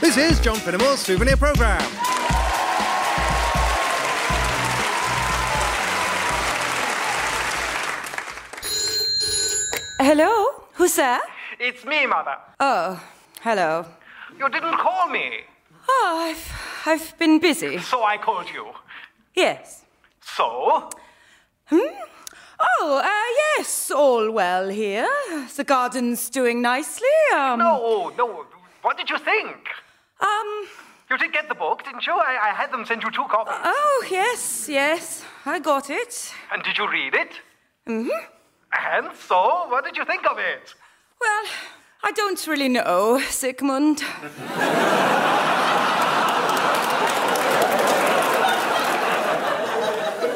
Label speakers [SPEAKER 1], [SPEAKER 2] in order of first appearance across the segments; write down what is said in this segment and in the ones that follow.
[SPEAKER 1] This is John Finnemore's Souvenir Programme.
[SPEAKER 2] Hello? Who's there?
[SPEAKER 3] It's me, Mother.
[SPEAKER 2] Oh, hello.
[SPEAKER 3] You didn't call me,
[SPEAKER 2] Oh, I've, I've been busy.
[SPEAKER 3] so I called you.
[SPEAKER 2] Yes. Hmm?
[SPEAKER 3] So?
[SPEAKER 2] Oh, uh, yes, all well here. The garden's doing nicely. Um,
[SPEAKER 3] No, no. What did you think?
[SPEAKER 2] Um,
[SPEAKER 3] You did get the book, didn't you? I, I had them send you two copies.
[SPEAKER 2] oh, yes, yes, I got it.
[SPEAKER 3] and did you read it? Mm-hmm. And so, what did you think of it?
[SPEAKER 2] Well, I don't really know, Sigmund.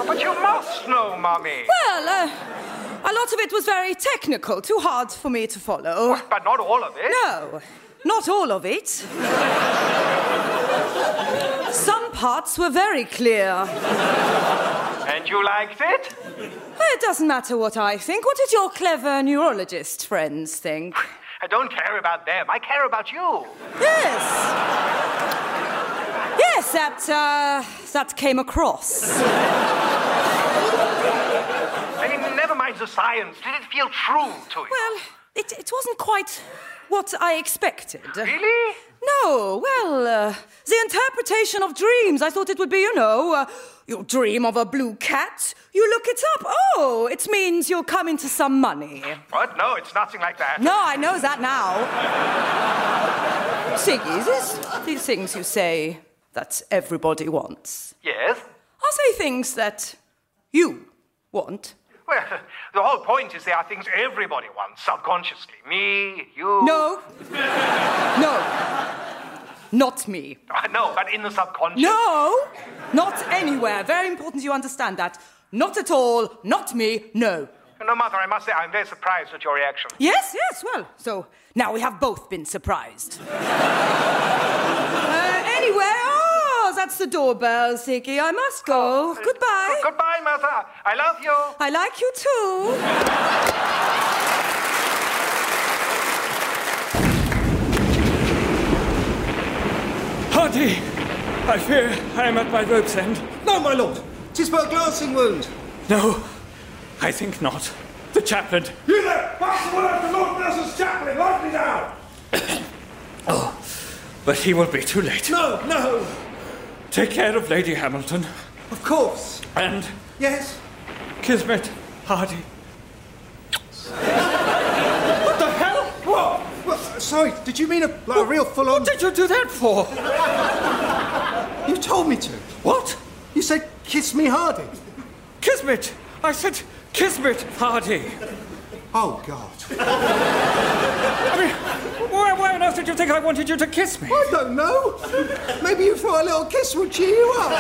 [SPEAKER 3] But you must know, Mummy.
[SPEAKER 2] Well, uh, a lot of it was very technical, too hard for me to follow.
[SPEAKER 3] But not all of it.
[SPEAKER 2] No, not all of it. Some parts were very clear.
[SPEAKER 3] And you liked it?
[SPEAKER 2] It doesn't matter what I think. What did your clever neurologist friends think?
[SPEAKER 3] I don't care about them. I care about you.
[SPEAKER 2] Yes. Yes, that, uh, that came across.
[SPEAKER 3] I mean, never mind the science. Did it feel true to you?
[SPEAKER 2] Well, it, it wasn't quite what I expected.
[SPEAKER 3] really?
[SPEAKER 2] No, well, uh, the interpretation of dreams. I thought it would be, you know, uh, you dream of a blue cat, you look it up. Oh, it means you'll come into some money.
[SPEAKER 3] What? No, it's nothing like that.
[SPEAKER 2] No, I know that now. Siggy, this, these things you say that everybody wants,
[SPEAKER 3] Yes?
[SPEAKER 2] are they things that you want?
[SPEAKER 3] Well, the whole point is there are things everybody wants subconsciously. Me, you.
[SPEAKER 2] No. No. Not me.
[SPEAKER 3] Uh, no, but in the subconscious.
[SPEAKER 2] No. Not anywhere. Very important you understand that. Not at all. Not me. No.
[SPEAKER 3] No, Mother, I must say I'm very surprised at your reaction.
[SPEAKER 2] Yes, yes, well, so now we have both been surprised. uh, anyway, oh, that's the doorbell, Ziggy. I must go. Goodbye.
[SPEAKER 3] Goodbye, Mother. I love you.
[SPEAKER 2] I like you too.
[SPEAKER 4] Hardy! I fear I am at my rope's end.
[SPEAKER 1] No, my lord. Tis but a glancing wound.
[SPEAKER 4] No, I think not. The chaplain.
[SPEAKER 5] You there! Pass the word out to Lord Nelson's chaplain! Lightly now!
[SPEAKER 4] Oh, but he will be too late.
[SPEAKER 1] No, no.
[SPEAKER 4] Take care of Lady Hamilton
[SPEAKER 1] Of course.
[SPEAKER 4] and
[SPEAKER 1] Yes.
[SPEAKER 4] Kismet Hardy. what the hell?
[SPEAKER 1] What? Well, uh, sorry, did you mean a, like, a real full on.
[SPEAKER 4] What did you do that for?
[SPEAKER 1] You told me to.
[SPEAKER 4] What?
[SPEAKER 1] You said kiss me hardy.
[SPEAKER 4] Kismet! I said Kismet Hardy.
[SPEAKER 1] Oh, God.
[SPEAKER 4] I mean, why, why on earth did you think I wanted you to kiss me?
[SPEAKER 1] I don't know. Maybe you thought a little kiss would cheer you up.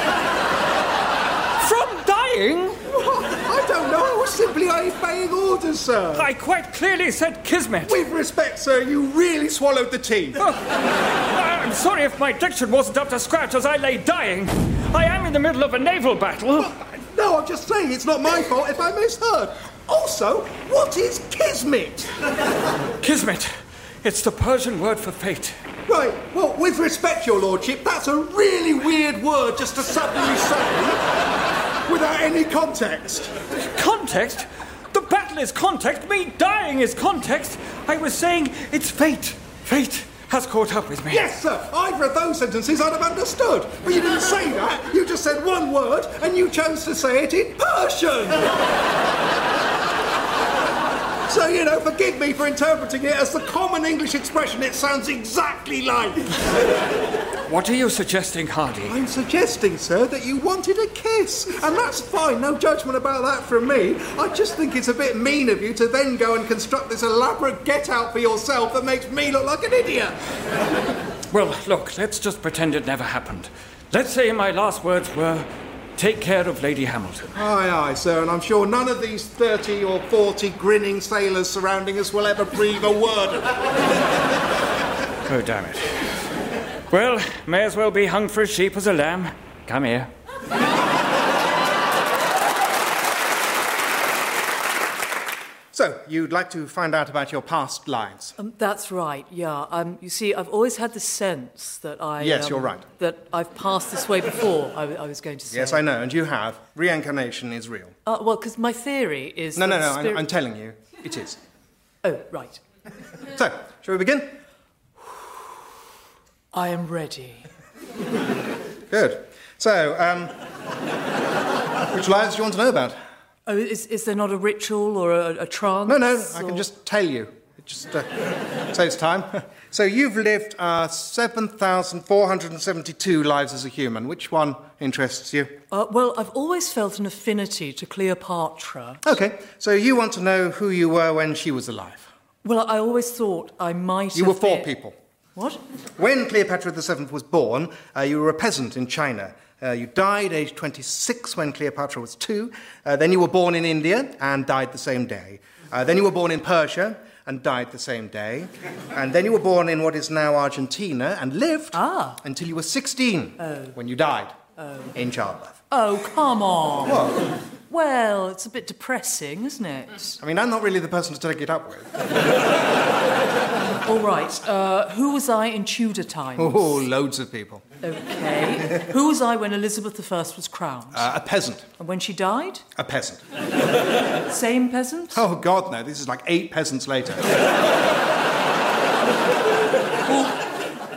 [SPEAKER 4] From dying?
[SPEAKER 1] I don't know. I was simply obeying orders, sir.
[SPEAKER 4] I quite clearly said Kismet.
[SPEAKER 1] With respect, sir, you really swallowed the tea.
[SPEAKER 4] Oh, I'm sorry if my diction wasn't up to scratch as I lay dying. I am in the middle of a naval battle.
[SPEAKER 1] No, I'm just saying it's not my fault if I misheard. Also, what is kismet?
[SPEAKER 4] Kismet. It's the Persian word for fate.
[SPEAKER 1] Right, well, with respect, your lordship, that's a really weird word just to suddenly say without any context.
[SPEAKER 4] Context? The battle is context. Me dying is context. I was saying it's fate. Fate has caught up with me.
[SPEAKER 1] Yes, sir, either of those sentences I'd have understood. But you didn't say that. You just said one word and you chose to say it in Persian. so, you know, forgive me for interpreting it as the common English expression it sounds exactly like.
[SPEAKER 4] What are you suggesting, Hardy?
[SPEAKER 1] I'm suggesting, sir, that you wanted a kiss, and that's fine. No judgment about that from me. I just think it's a bit mean of you to then go and construct this elaborate get out for yourself that makes me look like an idiot.
[SPEAKER 4] Well, look, let's just pretend it never happened. Let's say my last words were take care of Lady Hamilton.
[SPEAKER 1] Aye, aye, sir, and I'm sure none of these 30 or 40 grinning sailors surrounding us will ever breathe a word of it.
[SPEAKER 4] Oh, damn it. Well, may as well be hung for a sheep as a lamb. Come here.
[SPEAKER 1] So,
[SPEAKER 6] you'd like to find out about your past lives.
[SPEAKER 7] Um, that's right, yeah. Um, you see, I've always had the sense that I.
[SPEAKER 6] Yes,
[SPEAKER 7] um,
[SPEAKER 6] you're right.
[SPEAKER 7] That I've passed this way before, I, I was going to say.
[SPEAKER 6] Yes, I know, and you have. Reincarnation is real.
[SPEAKER 7] Uh, well, because my theory is.
[SPEAKER 6] No,
[SPEAKER 7] that
[SPEAKER 6] no, no, I'm,
[SPEAKER 7] spirit-
[SPEAKER 6] I'm telling you, it is.
[SPEAKER 7] Oh, right.
[SPEAKER 6] So, shall we begin?
[SPEAKER 7] I am ready.
[SPEAKER 6] Good. So, um, which lives do you want to know about?
[SPEAKER 7] Oh, is, is there not a ritual or a, a trance?
[SPEAKER 6] No, no, I
[SPEAKER 7] or-
[SPEAKER 6] can just tell you. It just uh, saves time. So, you've lived uh, 7,472 lives as a human. Which one interests you?
[SPEAKER 7] Uh, well, I've always felt an affinity to Cleopatra.
[SPEAKER 6] Okay, so you want to know who you were when she was alive.
[SPEAKER 7] Well, I always thought I might.
[SPEAKER 6] You were
[SPEAKER 7] have
[SPEAKER 6] four
[SPEAKER 7] been-
[SPEAKER 6] people.
[SPEAKER 7] What?
[SPEAKER 6] When Cleopatra VII was born, uh, you were a peasant in China. Uh, you died aged 26 when Cleopatra was two. Uh, then you were born in India and died the same day. Uh, then you were born in Persia and died the same day. And then you were born in what is now Argentina and lived until you were 16 when you died in childbirth.
[SPEAKER 7] Oh, come on. Well, it's a bit depressing, isn't it?
[SPEAKER 6] I mean, I'm not really the person to take it up with.
[SPEAKER 7] All right. Uh, who was I in Tudor times?
[SPEAKER 6] Oh, loads of people.
[SPEAKER 7] Okay. who was I when Elizabeth I was crowned?
[SPEAKER 6] Uh, a peasant.
[SPEAKER 7] and when she died?
[SPEAKER 6] A peasant.
[SPEAKER 7] Same peasant?
[SPEAKER 6] Oh, God, no, this is like eight peasants later.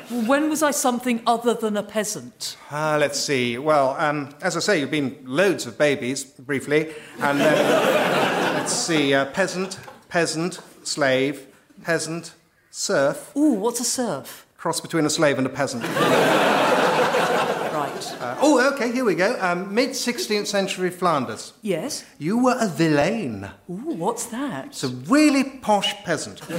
[SPEAKER 7] When was I something other than a peasant?
[SPEAKER 6] Uh, let's see. Well, um, as I say, you've been loads of babies, briefly. And uh, let's see, uh, peasant, peasant, slave, peasant, serf,
[SPEAKER 7] Ooh, what's a serf?
[SPEAKER 6] cross between a slave and a peasant. Uh,
[SPEAKER 7] Right.
[SPEAKER 6] oh, okay, here we go. Um, Mid 16th century Flanders.
[SPEAKER 7] yes.
[SPEAKER 6] You were a villein,
[SPEAKER 7] Ooh, what's that?
[SPEAKER 6] a really posh peasant. Uh,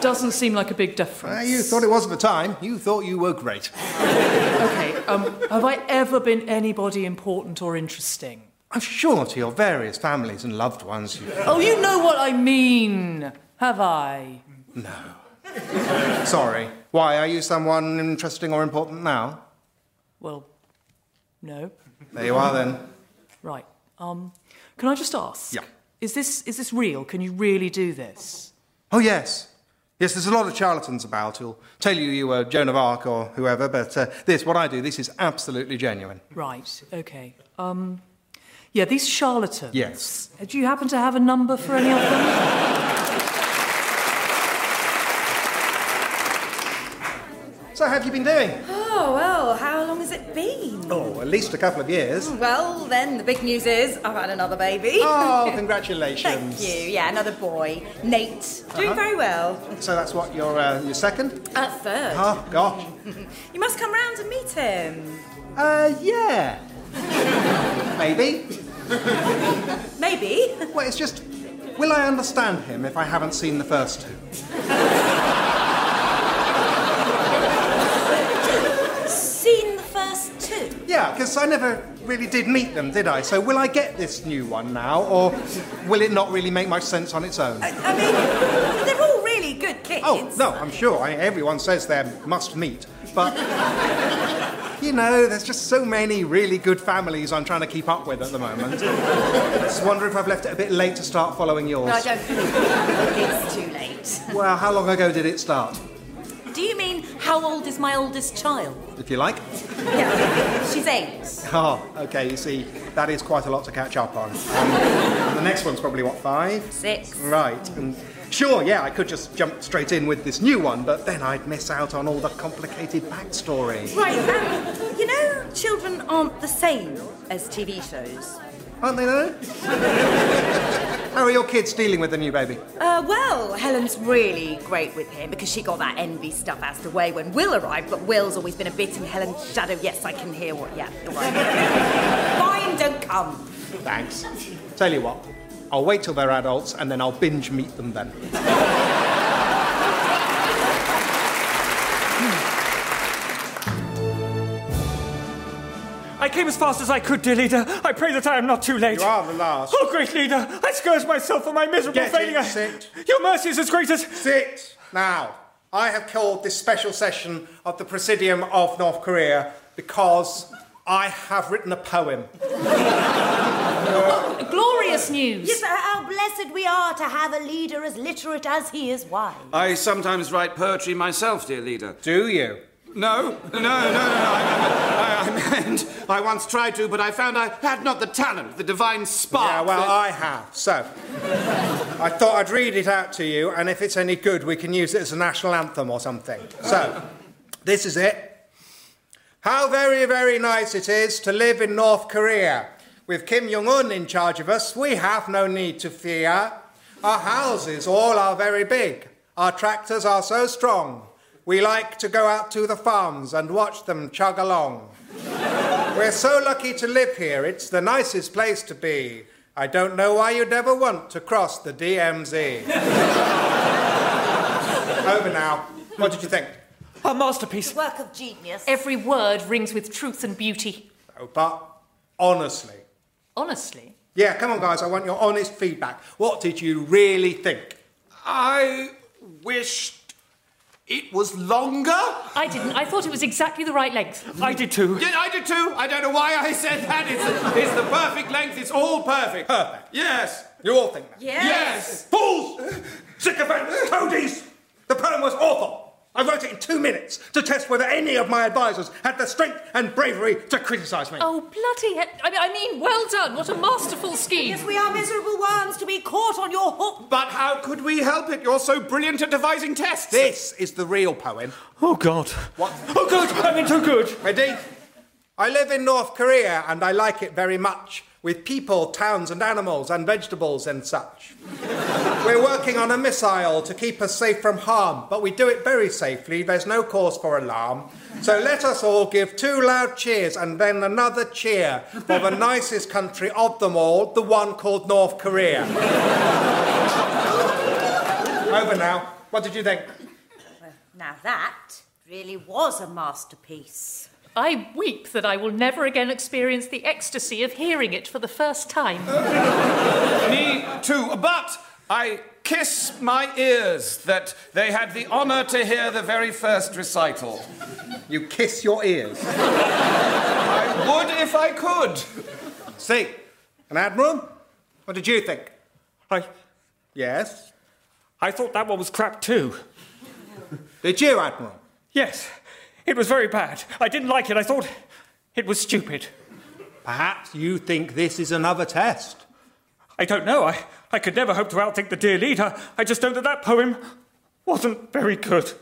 [SPEAKER 7] Doesn't seem like a big
[SPEAKER 6] Uh,
[SPEAKER 7] difference.
[SPEAKER 6] you thought it was at the time. You thought you were great.
[SPEAKER 7] Okay. Um, have I ever been anybody important or interesting?
[SPEAKER 6] I'm sure to your various families and loved ones, you
[SPEAKER 7] Oh, you know what I mean. Have I?
[SPEAKER 6] Sorry. Why, are you someone interesting or important now?
[SPEAKER 7] Well, no.
[SPEAKER 6] There you are then.
[SPEAKER 7] Right. Um, can I just ask?
[SPEAKER 6] Yeah.
[SPEAKER 7] Is this is this real? Can you really do this?
[SPEAKER 6] Oh, yes. Yes, there's a lot of charlatans about who'll tell you you were Joan of Arc or whoever, but uh, this, what I do, this is absolutely genuine.
[SPEAKER 7] Right. Okay. Um, yeah, these charlatans. Uh,
[SPEAKER 6] Yes.
[SPEAKER 7] Do you happen to have a number for any of them?
[SPEAKER 6] So, how have you been doing?
[SPEAKER 2] Oh, well, how long has it been?
[SPEAKER 6] Oh, at least a couple of years.
[SPEAKER 2] Well, then, the big news is I've had another baby.
[SPEAKER 6] Oh, congratulations.
[SPEAKER 2] Thank you. Yeah, another boy, Nate. Doing very well.
[SPEAKER 6] So, that's what, your, uh, your second?
[SPEAKER 2] At third.
[SPEAKER 6] Oh, gosh.
[SPEAKER 2] You must come round and meet him.
[SPEAKER 6] Uh, yeah. Maybe.
[SPEAKER 2] Maybe.
[SPEAKER 6] Well, it's just, will I understand him if I haven't seen the first two?
[SPEAKER 2] Seen the first two.
[SPEAKER 6] Yeah, because I never really did meet them, did I? So will I get this new one now, or will it not really make much sense on its own?
[SPEAKER 2] I, I mean, they're all really good kids.
[SPEAKER 6] Oh, no, I'm sure. I, everyone says they must meet, but. You know, there's just so many really good families I'm trying to keep up with at the moment. just wonder if I've left it a bit late to start following yours.
[SPEAKER 2] No, I don't think it's too late.
[SPEAKER 6] Well, how long ago did it start,
[SPEAKER 2] Do you mean how old is my oldest child?
[SPEAKER 6] if you like?
[SPEAKER 2] Yeah, she's eight.
[SPEAKER 6] Oh, okay, you see, that is quite a lot to catch up on. Um, the next one's probably, what, five?
[SPEAKER 2] Six.
[SPEAKER 6] Right, and sure, yeah, I could just jump straight in with this new one, but then I'd miss out on all the complicated backstory.
[SPEAKER 2] Right, um, you know, children aren't the same as TV shows.
[SPEAKER 6] Aren't they, though? How are your kids dealing with the new baby?
[SPEAKER 2] Uh, well, Helen's really great with him because she got that envy stuff out of the way when Will arrived, but Will's always been a bit in Helen's shadow. Yes, I can hear what. Yeah, all right. Fine, don't come.
[SPEAKER 6] Thanks. Tell you what, I'll wait till they're adults and then I'll binge meet them then.
[SPEAKER 4] I came as fast as I could, dear leader. I pray that I am not too late.
[SPEAKER 6] You are the last.
[SPEAKER 4] Oh, great leader, I scourge myself for my miserable
[SPEAKER 6] Get in,
[SPEAKER 4] failure.
[SPEAKER 6] sit.
[SPEAKER 4] Your mercy is as great as.
[SPEAKER 6] Sit! Now, I have called this special session of the Presidium of North Korea because I have written a poem.
[SPEAKER 7] Glorious news.
[SPEAKER 2] Yes, uh, how
[SPEAKER 8] blessed we are to have a leader as literate as he is wise.
[SPEAKER 9] I sometimes write poetry myself, dear leader.
[SPEAKER 1] Do you?
[SPEAKER 9] No, no, no, no, no. I, I, I meant I once tried to, but I found I had not the talent, the divine spark.
[SPEAKER 1] Yeah, well,
[SPEAKER 9] that-
[SPEAKER 1] I have. So, I thought I'd read it out to you, and if it's any good, we can use it as a national anthem or something. So, this is it. How very, very nice it is to live in North Korea. With Kim Jong un in charge of us, we have no need to fear. Our houses all are very big, our tractors are so strong. We like to go out to the farms and watch them chug along. We're so lucky to live here. It's the nicest place to be. I don't know why you'd ever want to cross the DMZ. Over now. What did you think?
[SPEAKER 4] A masterpiece.
[SPEAKER 8] Work of genius.
[SPEAKER 7] Every word rings with truth and beauty.
[SPEAKER 1] Oh, but honestly.
[SPEAKER 7] Honestly.
[SPEAKER 1] Yeah, come on, guys. I want your honest feedback. What did you really think?
[SPEAKER 9] I wished it was longer.
[SPEAKER 7] I didn't. I thought it was exactly the right length.
[SPEAKER 4] I did too.
[SPEAKER 9] Yeah, I did too. I don't know why I said that. It's, it's the perfect length. It's all perfect.
[SPEAKER 1] Perfect.
[SPEAKER 9] Yes.
[SPEAKER 1] You all think that?
[SPEAKER 9] Yes.
[SPEAKER 1] Fools! Sycophants! Toadies! The poem was awful. I wrote it in two minutes to test whether any of my advisors had the strength and bravery to criticise me.
[SPEAKER 7] Oh, bloody he- I mean, I mean, well done. What a masterful scheme.
[SPEAKER 8] Yes, we are miserable worms to be caught on your hook.
[SPEAKER 9] But how could we help it? You're so brilliant at devising tests.
[SPEAKER 1] This is the real poem.
[SPEAKER 4] Oh God. What? Oh God, I'm in too good.
[SPEAKER 1] Ready? I live in North Korea and I like it very much, with people, towns, and animals, and vegetables and such. We're working on a missile to keep us safe from harm, but we do it very safely, there's no cause for alarm. So let us all give two loud cheers and then another cheer for the nicest country of them all, the one called North Korea. Over now. What did you think?
[SPEAKER 8] Now that really was a masterpiece.
[SPEAKER 7] I weep that I will never again experience the ecstasy of hearing it for the first time.
[SPEAKER 9] Me too. But I kiss my ears that they had the honour to hear the very first recital.
[SPEAKER 1] You kiss your ears.
[SPEAKER 9] I would if I could.
[SPEAKER 1] See, an admiral? What did you think?
[SPEAKER 4] I,
[SPEAKER 1] Yes.
[SPEAKER 4] I thought that one was crap too.
[SPEAKER 1] Did you, Admiral?
[SPEAKER 4] Yes, it was very bad. I didn't like it. I thought it was stupid.
[SPEAKER 1] Perhaps you think this is another test.
[SPEAKER 4] I don't know. I, I could never hope to outthink the dear leader. I just know that that poem wasn't very good.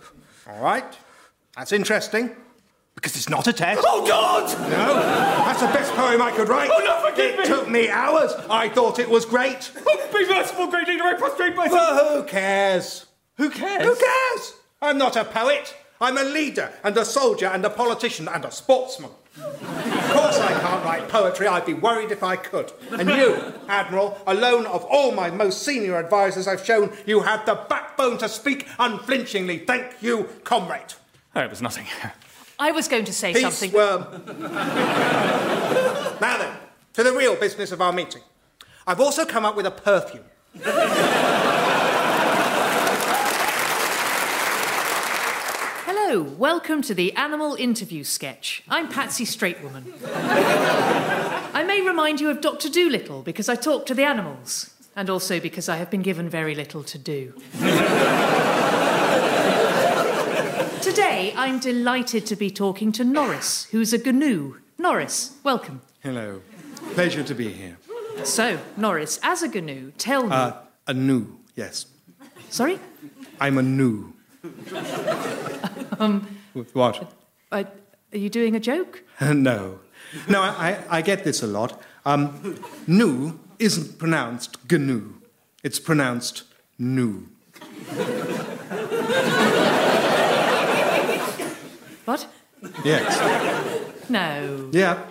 [SPEAKER 1] All right. That's interesting. Because it's not a test.
[SPEAKER 4] Oh God!
[SPEAKER 1] No, that's the best poem I could write.
[SPEAKER 4] Oh, no, forgive
[SPEAKER 1] it
[SPEAKER 4] me.
[SPEAKER 1] took me hours. I thought it was great.
[SPEAKER 4] Oh, be merciful, great leader. I prostrate myself.
[SPEAKER 1] But who cares?
[SPEAKER 4] Who cares?
[SPEAKER 1] Who cares? I'm not a poet. I'm a leader and a soldier and a politician and a sportsman. of course I can't write poetry. I'd be worried if I could. And you, Admiral, alone of all my most senior advisors, I've shown you have the backbone to speak unflinchingly. Thank you, comrade.
[SPEAKER 4] Oh, it was nothing.
[SPEAKER 7] I was going to say
[SPEAKER 1] Peace,
[SPEAKER 7] something.
[SPEAKER 1] worm. now then, to the real business of our meeting. I've also come up with a perfume.
[SPEAKER 7] Hello, welcome to the animal interview sketch. I'm Patsy Straightwoman. I may remind you of Dr. Dolittle because I talk to the animals, and also because I have been given very little to do. Today, I'm delighted to be talking to Norris, who's a gnu. Norris, welcome.
[SPEAKER 6] Hello. Pleasure to be here.
[SPEAKER 7] So, Norris, as a gnu, tell me.
[SPEAKER 6] Uh, a new, yes.
[SPEAKER 7] Sorry?
[SPEAKER 6] I'm a new. um, what?
[SPEAKER 7] I, are you doing a joke?
[SPEAKER 6] no. No, I, I, I get this a lot. Um, new isn't pronounced GNU, it's pronounced new.
[SPEAKER 7] What?
[SPEAKER 6] Yes.
[SPEAKER 7] No.
[SPEAKER 6] Yeah.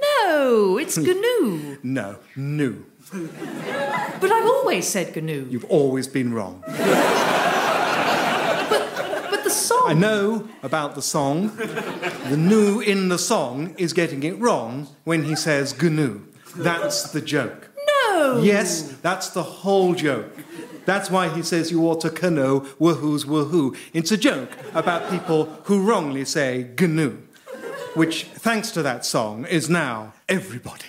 [SPEAKER 7] No, it's gnu.
[SPEAKER 6] No. New.
[SPEAKER 7] But I've always said gnu.
[SPEAKER 6] You've always been wrong.
[SPEAKER 7] But the song.
[SPEAKER 6] I know about the song. The new in the song is getting it wrong when he says GNU. That's the joke.
[SPEAKER 7] No.
[SPEAKER 6] Yes, that's the whole joke. That's why he says you ought to canoe wahoo's wahoo. It's a joke about people who wrongly say gnu, which, thanks to that song, is now everybody.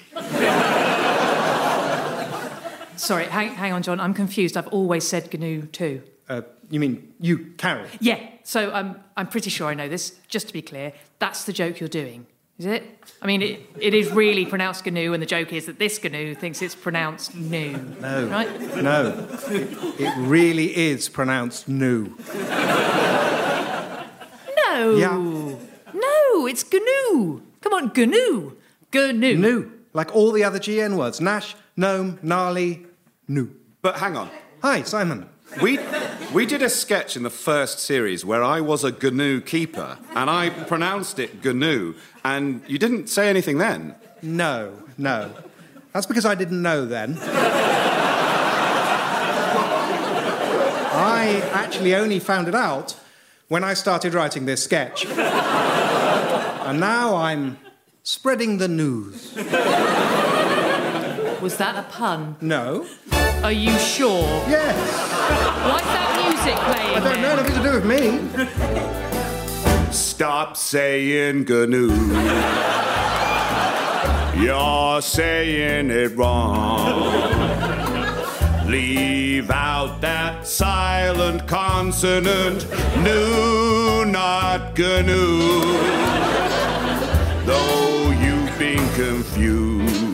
[SPEAKER 7] sorry, hang, hang on, John. I'm confused. I've always said GNU too.
[SPEAKER 1] Uh, you mean you carry?
[SPEAKER 7] Yeah, so um, I'm pretty sure I know this. Just to be clear, that's the joke you're doing, is it? I mean, it, it is really pronounced GNU, and the joke is that this GNU thinks it's pronounced new.
[SPEAKER 1] No.
[SPEAKER 7] Right?
[SPEAKER 1] No. It, it really is pronounced new.
[SPEAKER 7] No.
[SPEAKER 1] Yeah.
[SPEAKER 7] No, it's GNU. Come on, GNU. GNU.
[SPEAKER 1] New. Like all the other GN words Nash, Gnome, Gnarly, New.
[SPEAKER 9] But hang on.
[SPEAKER 1] Hi, Simon.
[SPEAKER 9] We, we did a sketch in the first series where I was a GNU keeper and I pronounced it GNU, and you didn't say anything then.
[SPEAKER 1] No, no. That's because I didn't know then. I actually only found it out when I started writing this sketch. and now I'm spreading the news.
[SPEAKER 7] Was that a pun?
[SPEAKER 1] No.
[SPEAKER 7] Are you sure?
[SPEAKER 1] Yes.
[SPEAKER 7] Like that music playing.
[SPEAKER 1] I don't know
[SPEAKER 7] there.
[SPEAKER 1] anything to do with me.
[SPEAKER 9] Stop saying GNU. You're saying it wrong. Leave out that silent consonant. No, not GNU. Though you've been confused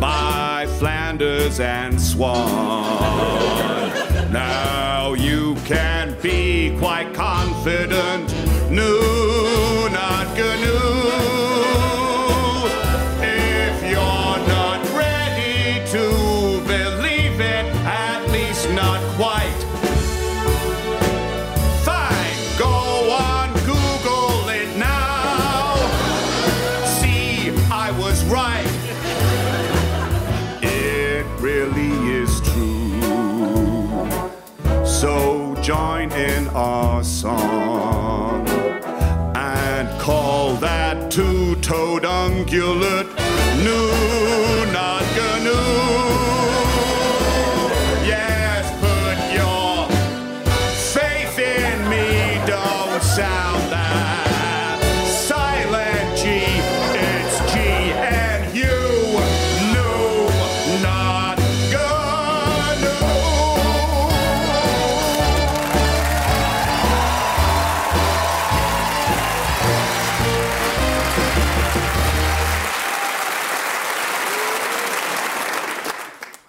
[SPEAKER 9] by Flanders and Swan. Now you can be quite confident. No, not GNU. If you're not ready to believe it, at least not quite. Fine, go on Google it now. See, I was right. It really is true. So join in our song and call that two toed ungulate new not GNU. Yes, put your faith in me, don't sound that silent G. It's G and U. No, not gonna.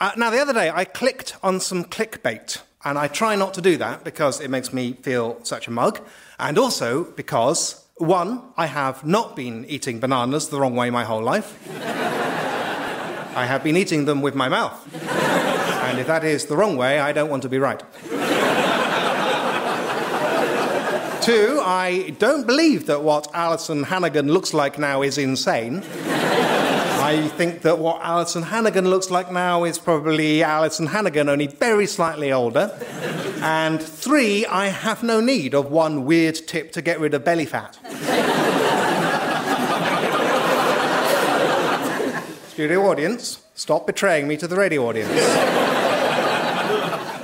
[SPEAKER 1] Uh, now, the other day, I clicked on some clickbait, and I try not to do that because it makes me feel such a mug, and also because, one, I have not been eating bananas the wrong way my whole life. I have been eating them with my mouth. And if that is the wrong way, I don't want to be right. Two, I don't believe that what Alison Hannigan looks like now is insane. I think that what Alison Hannigan looks like now is probably Alison Hannigan, only very slightly older. And three, I have no need of one weird tip to get rid of belly fat. Studio audience, stop betraying me to the radio audience.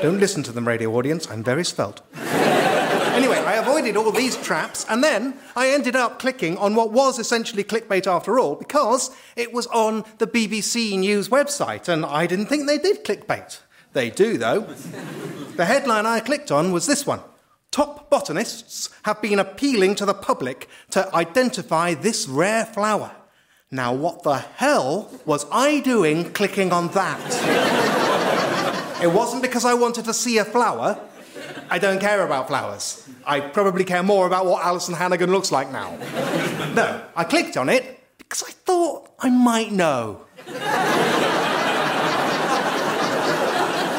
[SPEAKER 1] Don't listen to them, radio audience. I'm very svelte. Anyway, I avoided all these traps, and then I ended up clicking on what was essentially clickbait after all, because it was on the BBC News website, and I didn't think they did clickbait. They do, though. the headline I clicked on was this one Top botanists have been appealing to the public to identify this rare flower. Now, what the hell was I doing clicking on that? it wasn't because I wanted to see a flower. I don't care about flowers. I probably care more about what Alison Hannigan looks like now. no, I clicked on it because I thought I might know.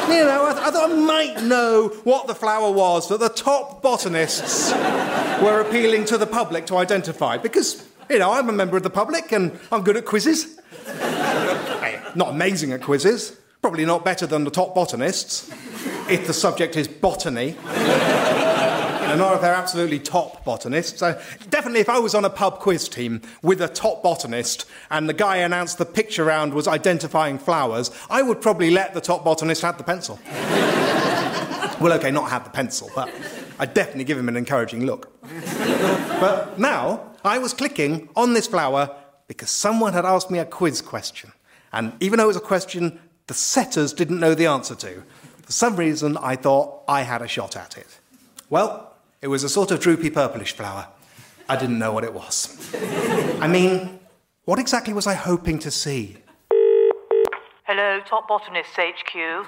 [SPEAKER 1] you know, I, th- I thought I might know what the flower was that the top botanists were appealing to the public to identify because, you know, I'm a member of the public and I'm good at quizzes. Hey, not amazing at quizzes, probably not better than the top botanists if the subject is botany. And not if they're absolutely top botanists. So definitely, if I was on a pub quiz team with a top botanist and the guy announced the picture round was identifying flowers, I would probably let the top botanist have the pencil. well, okay, not have the pencil, but I'd definitely give him an encouraging look. but now I was clicking on this flower because someone had asked me a quiz question. And even though it was a question
[SPEAKER 6] the setters didn't know the answer to. For some reason, I thought I had a shot at it. Well, it was a sort of droopy purplish flower. I didn't know what it was. I mean, what exactly was I hoping to see?
[SPEAKER 10] Hello, Top Botanists HQ.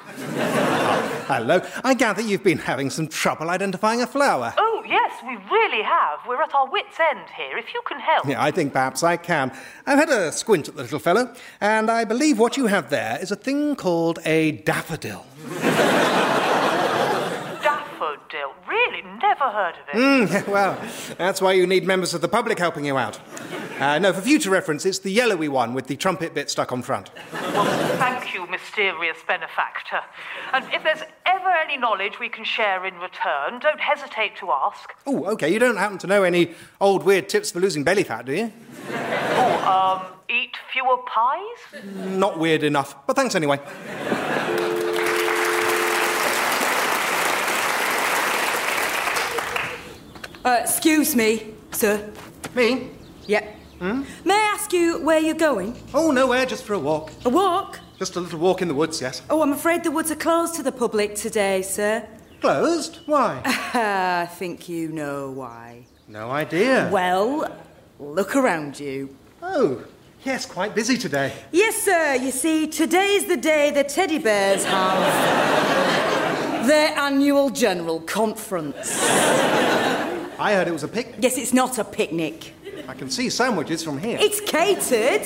[SPEAKER 6] Hello, I gather you've been having some trouble identifying a flower.
[SPEAKER 10] Oh, yes, we really have. We're at our wits' end here. If you can help.
[SPEAKER 6] Yeah, I think perhaps I can. I've had a squint at the little fellow, and I believe what you have there is a thing called a daffodil.
[SPEAKER 10] Daffodil. Really? Never heard of it.
[SPEAKER 6] Mm, well, that's why you need members of the public helping you out. Uh, no, for future reference, it's the yellowy one with the trumpet bit stuck on front.
[SPEAKER 10] Thank you, mysterious benefactor. And if there's ever any knowledge we can share in return, don't hesitate to ask.
[SPEAKER 6] Oh, okay, you don't happen to know any old weird tips for losing belly fat, do you?
[SPEAKER 10] Oh, um, eat fewer pies?
[SPEAKER 6] Not weird enough, but thanks anyway.
[SPEAKER 2] Uh, excuse me, sir.
[SPEAKER 6] Me?
[SPEAKER 2] Yep. May I ask you where you're going?
[SPEAKER 6] Oh, nowhere, just for a walk.
[SPEAKER 2] A walk?
[SPEAKER 6] Just a little walk in the woods, yes.
[SPEAKER 2] Oh, I'm afraid the woods are closed to the public today, sir. Uh,
[SPEAKER 6] Closed? Why?
[SPEAKER 2] I think you know why.
[SPEAKER 6] No idea.
[SPEAKER 2] Well, look around you.
[SPEAKER 6] Oh, yes, quite busy today.
[SPEAKER 2] Yes, sir. You see, today's the day the teddy bears have their annual general conference.
[SPEAKER 6] I heard it was a picnic.
[SPEAKER 2] Yes, it's not a picnic.
[SPEAKER 6] I can see sandwiches from here.
[SPEAKER 2] It's catered.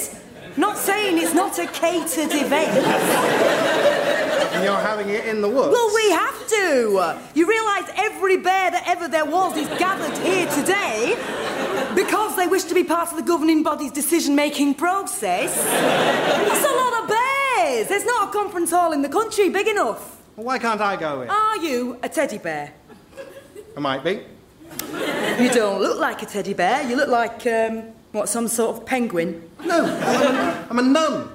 [SPEAKER 2] Not saying it's not a catered event.
[SPEAKER 6] And you're having it in the woods.
[SPEAKER 2] Well, we have to. You realise every bear that ever there was is gathered here today because they wish to be part of the governing body's decision making process. That's a lot of bears. There's not a conference hall in the country big enough.
[SPEAKER 6] Why can't I go in?
[SPEAKER 2] Are you a teddy bear?
[SPEAKER 6] I might be.
[SPEAKER 2] You don't look like a teddy bear. You look like, um, what, some sort of penguin?
[SPEAKER 6] No, I'm a, I'm a nun.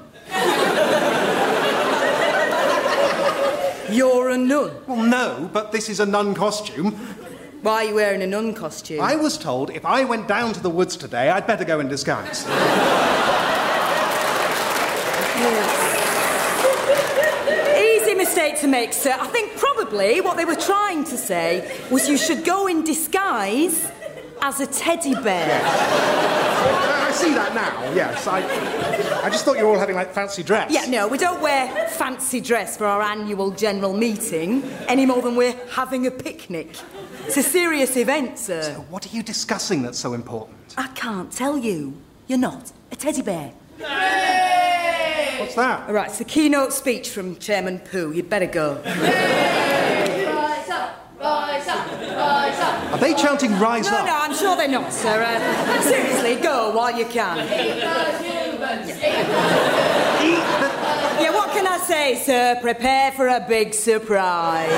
[SPEAKER 2] You're a nun.
[SPEAKER 6] Well, no, but this is a nun costume.
[SPEAKER 2] Why are you wearing a nun costume?
[SPEAKER 6] I was told if I went down to the woods today, I'd better go in disguise.
[SPEAKER 2] Easy mistake to make, sir. I think probably what they were trying to say was you should go in disguise as a teddy bear.
[SPEAKER 6] I I see that now, yes. I, I just thought you were all having, like, fancy dress.
[SPEAKER 2] Yeah, no, we don't wear fancy dress for our annual general meeting any more than we're having a picnic. It's a serious event, sir.
[SPEAKER 6] What are you discussing that's so important?
[SPEAKER 2] I can't tell you. You're not a teddy bear.
[SPEAKER 6] What's that?
[SPEAKER 2] All right, it's the keynote speech from Chairman Pooh. You'd better go.
[SPEAKER 11] Rise up, rise up, rise up.
[SPEAKER 6] Are they chanting rise
[SPEAKER 2] no,
[SPEAKER 6] up?
[SPEAKER 2] no, I'm sure they're not, sir. Uh, seriously, go while you can.
[SPEAKER 11] Eat those humans, eat
[SPEAKER 2] Yeah, what can I say, sir? Prepare for a big surprise.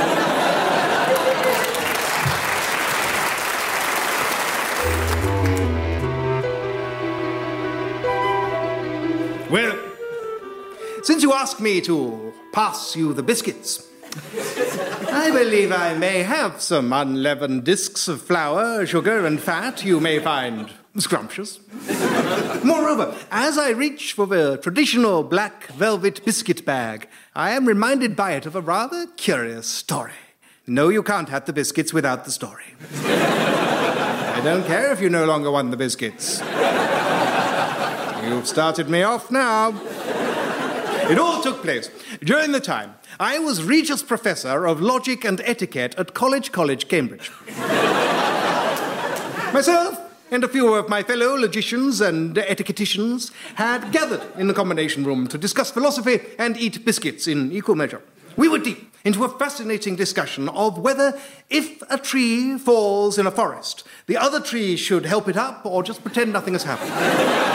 [SPEAKER 6] Well, since you asked me to pass you the biscuits, I believe I may have some unleavened discs of flour, sugar, and fat you may find scrumptious. Moreover, as I reach for the traditional black velvet biscuit bag, I am reminded by it of a rather curious story. No, you can't have the biscuits without the story. I don't care if you no longer want the biscuits. You've started me off now. It all took place during the time I was Regius Professor of Logic and Etiquette at College College, Cambridge. Myself and a few of my fellow logicians and etiquetticians had gathered in the combination room to discuss philosophy and eat biscuits in equal measure. We were deep into a fascinating discussion of whether, if a tree falls in a forest, the other tree should help it up or just pretend nothing has happened.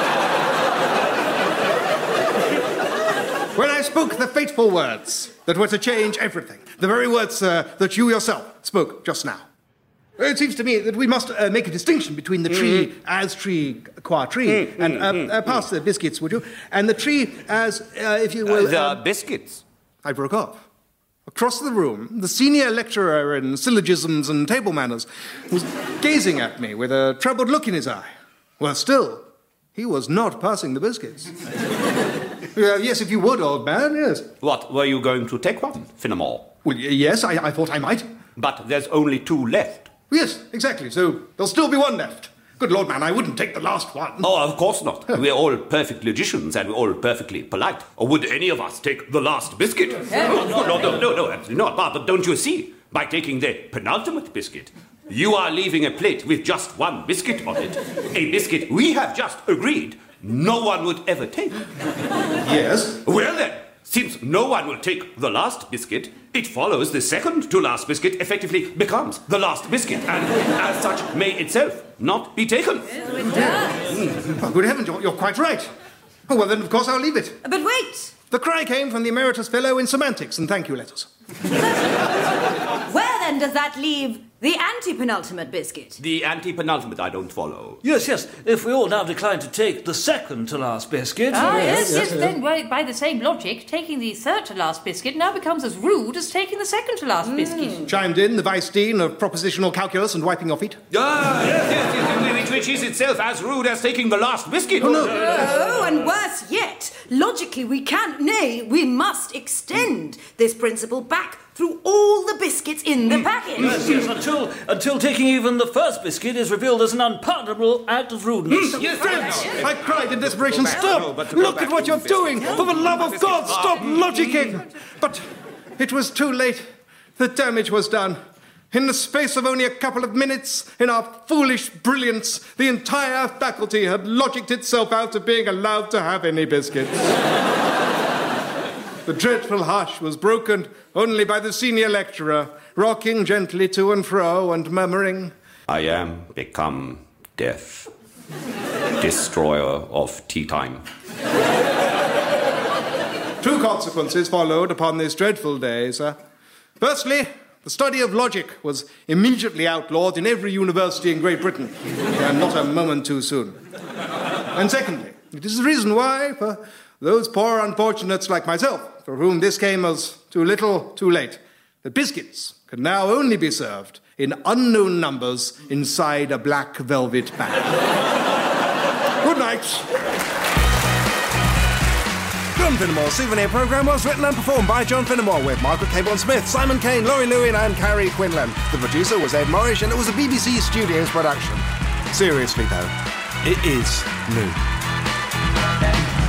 [SPEAKER 6] When I spoke the fateful words that were to change everything, the very words, sir, that you yourself spoke just now. It seems to me that we must uh, make a distinction between the tree as tree, qua tree, and uh, uh, pass the biscuits, would you? And the tree as, uh, if you will.
[SPEAKER 12] the
[SPEAKER 6] um,
[SPEAKER 12] biscuits.
[SPEAKER 6] I broke off. Across the room, the senior lecturer in syllogisms and table manners was gazing at me with a troubled look in his eye. Well, still, he was not passing the biscuits. Uh, yes, if you would, old man, yes.
[SPEAKER 9] What, were you going to take one, Finnemore?
[SPEAKER 6] Well, y- yes, I, I thought I might.
[SPEAKER 9] But there's only two left.
[SPEAKER 6] Yes, exactly. So there'll still be one left. Good lord, man, I wouldn't take the last one.
[SPEAKER 9] Oh, of course not. We're all perfect logicians and we're all perfectly polite. Or would any of us take the last biscuit? No, no, no, no, no, absolutely not. But, but don't you see? By taking the penultimate biscuit, you are leaving a plate with just one biscuit on it. A biscuit we have just agreed no one would ever take.
[SPEAKER 6] Yes.
[SPEAKER 9] Well then, since no one will take the last biscuit, it follows the second to last biscuit effectively becomes the last biscuit, and as such may itself not be taken.
[SPEAKER 6] Oh, good heavens, you're, you're quite right. Oh, well, then, of course, I'll leave it.
[SPEAKER 2] But wait!
[SPEAKER 6] The cry came from the Emeritus Fellow in Semantics and thank you letters.
[SPEAKER 2] Where then does that leave the anti-penultimate biscuit?
[SPEAKER 9] The anti penultimate I don't follow.
[SPEAKER 4] Yes, yes. If we all now decline to take the second to last biscuit.
[SPEAKER 7] Ah, yes, yes, then by, by the same logic, taking the third to last biscuit now becomes as rude as taking the second to last biscuit.
[SPEAKER 6] Chimed in the Vice Dean of Propositional Calculus and Wiping Your Feet.
[SPEAKER 9] Ah, yes, yes, yes, yes, which, which is itself as rude as taking the last biscuit.
[SPEAKER 2] Oh, and worse yet, logically we can, nay, we must extend this principle back through all the biscuits in the
[SPEAKER 4] Yes,
[SPEAKER 2] package.
[SPEAKER 4] yes, until, until taking even the first biscuit is revealed as an unpardonable act of rudeness.
[SPEAKER 7] Hmm.
[SPEAKER 6] Yes, yes. I cried in desperation, stop! Look at what you're doing! For the love of God, stop logicking! But it was too late. The damage was done. In the space of only a couple of minutes, in our foolish brilliance, the entire faculty had logicked itself out of being allowed to have any biscuits. the dreadful hush was broken only by the senior lecturer, rocking gently to and fro and murmuring,
[SPEAKER 9] I am become death, destroyer of tea time.
[SPEAKER 6] Two consequences followed upon this dreadful day, sir. Firstly, the study of logic was immediately outlawed in every university in Great Britain, and not a moment too soon. And secondly, it is the reason why, for those poor unfortunates like myself, for whom this came as too little, too late, the biscuits can now only be served in unknown numbers inside a black velvet bag. Good night.
[SPEAKER 1] John Finnemore's souvenir programme was written and performed by John Finnemore with Margaret Capon Smith, Simon Kane, Laurie Lewin, and Carrie Quinlan. The producer was Ed Morrish, and it was a BBC Studios production. Seriously, though, it is new.